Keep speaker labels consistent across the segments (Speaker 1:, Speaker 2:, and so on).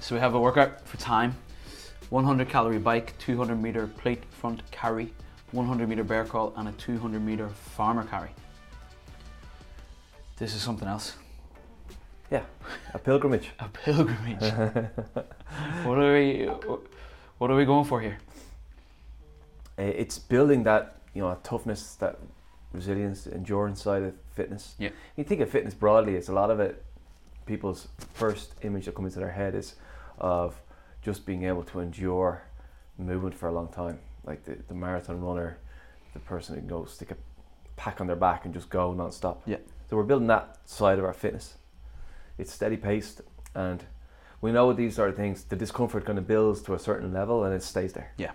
Speaker 1: So we have a workout for time 100 calorie bike, 200 meter plate front carry, 100 meter bear crawl, and a 200 meter farmer carry. This is something else.
Speaker 2: A pilgrimage.
Speaker 1: A pilgrimage. what are we? What are we going for here?
Speaker 2: Uh, It's building that you know toughness, that resilience, endurance side of fitness.
Speaker 1: Yeah.
Speaker 2: You think of fitness broadly. It's a lot of it. People's first image that comes into their head is of just being able to endure movement for a long time, like the, the marathon runner, the person who can go stick a pack on their back and just go non-stop.
Speaker 1: Yeah.
Speaker 2: So we're building that side of our fitness. It's steady paced, and we know with these sort of things, the discomfort kind of builds to a certain level and it stays there.
Speaker 1: Yeah.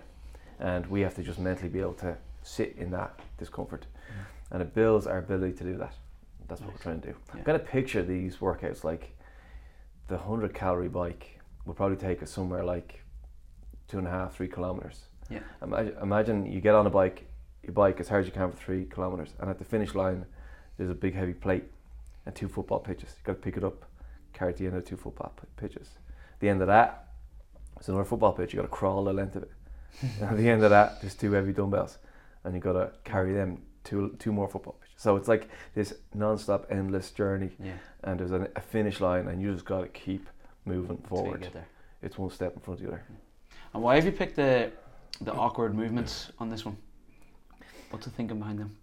Speaker 2: And we have to just mentally be able to sit in that discomfort, and it builds our ability to do that. That's what we're trying to do.
Speaker 1: Yeah.
Speaker 2: Kind of picture these workouts like the hundred calorie bike would probably take us somewhere like two and a half, three kilometers.
Speaker 1: Yeah.
Speaker 2: Imagine, imagine you get on a bike, you bike as hard as you can for three kilometers, and at the finish line, there's a big heavy plate and two football pitches. You got to pick it up, carry it to the end of the two football p- pitches. The end of that, it's another football pitch. You got to crawl the length of it. and at the end of that, there's two heavy dumbbells, and you got to carry them two two more football pitches. So it's like this non-stop, endless journey,
Speaker 1: Yeah.
Speaker 2: and there's an, a finish line, and you just got to keep moving
Speaker 1: Till you
Speaker 2: forward.
Speaker 1: get there.
Speaker 2: It's one step in front of the other.
Speaker 1: And why have you picked the the awkward movements on this one? What's the thinking behind them?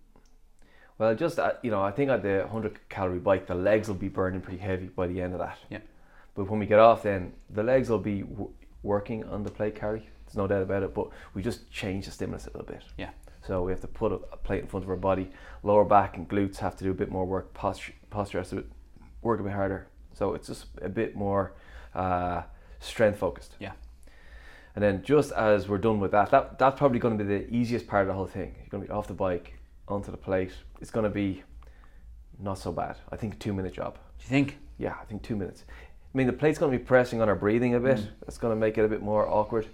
Speaker 2: Well, just uh, you know, I think at the 100 calorie bike, the legs will be burning pretty heavy by the end of that.
Speaker 1: Yeah.
Speaker 2: But when we get off, then the legs will be w- working on the plate carry. There's no doubt about it. But we just change the stimulus a little bit.
Speaker 1: Yeah.
Speaker 2: So we have to put a, a plate in front of our body. Lower back and glutes have to do a bit more work. Posture, posture has to work a bit harder. So it's just a bit more uh, strength focused.
Speaker 1: Yeah.
Speaker 2: And then just as we're done with that, that that's probably going to be the easiest part of the whole thing. You're going to be off the bike, onto the plate. It's going to be not so bad. I think a two minute job.
Speaker 1: Do you think?
Speaker 2: Yeah, I think two minutes. I mean, the plate's going to be pressing on our breathing a bit.
Speaker 1: Mm.
Speaker 2: That's going to make it a bit more awkward,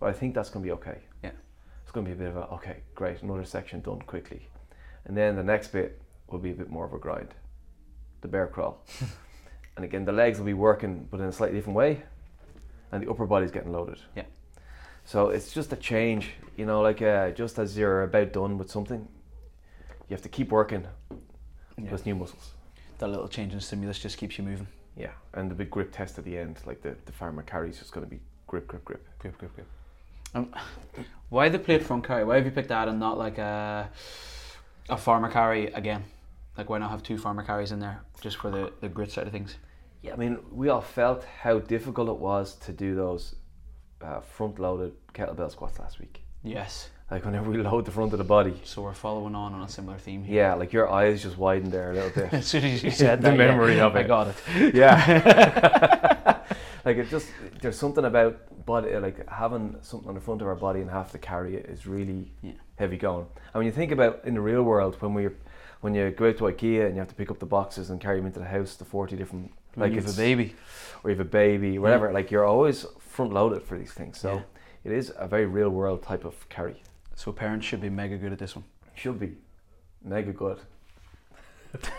Speaker 2: but I think that's going to be okay.
Speaker 1: Yeah.
Speaker 2: It's going to be a bit of a okay, great, another section done quickly, and then the next bit will be a bit more of a grind, the bear crawl, and again the legs will be working, but in a slightly different way, and the upper body's getting loaded.
Speaker 1: Yeah.
Speaker 2: So it's just a change, you know, like uh, just as you're about done with something, you have to keep working
Speaker 1: Yeah.
Speaker 2: with new muscles.
Speaker 1: That little change in stimulus just keeps you moving.
Speaker 2: Yeah, and the big grip test at the end, like the, the farmer carries, just going to be grip, grip, grip.
Speaker 1: Grip, grip, grip. Um, why the plate front carry? Why have you picked that and not like a a farmer carry again? Like why not have two farmer carries in there just for the, the grit side of things?
Speaker 2: Yeah, I mean, we all felt how difficult it was to do those uh, front loaded kettlebell squats last week.
Speaker 1: Yes.
Speaker 2: Like, whenever we load the front of the body,
Speaker 1: So we're following on on a similar theme here.
Speaker 2: yeah, like your eyes just widen there a little bit.
Speaker 1: as soon as you said
Speaker 2: The
Speaker 1: that,
Speaker 2: memory
Speaker 1: yeah,
Speaker 2: of
Speaker 1: I
Speaker 2: it.
Speaker 1: got it.
Speaker 2: yeah like it just there's something about body like having something on the front of our body and have to carry it is really
Speaker 1: Yeah.
Speaker 2: heavy going and when you think about in the real world when we when you go out to ikea and you have to pick up the boxes and carry them into the house the 40 different
Speaker 1: Like
Speaker 2: like
Speaker 1: you have
Speaker 2: it's-
Speaker 1: a baby.
Speaker 2: or you have a baby whatever like you're always front loaded for these things so
Speaker 1: Yeah.
Speaker 2: it is a very real world type of carry
Speaker 1: So parents should be mega good at this one.
Speaker 2: should be mega good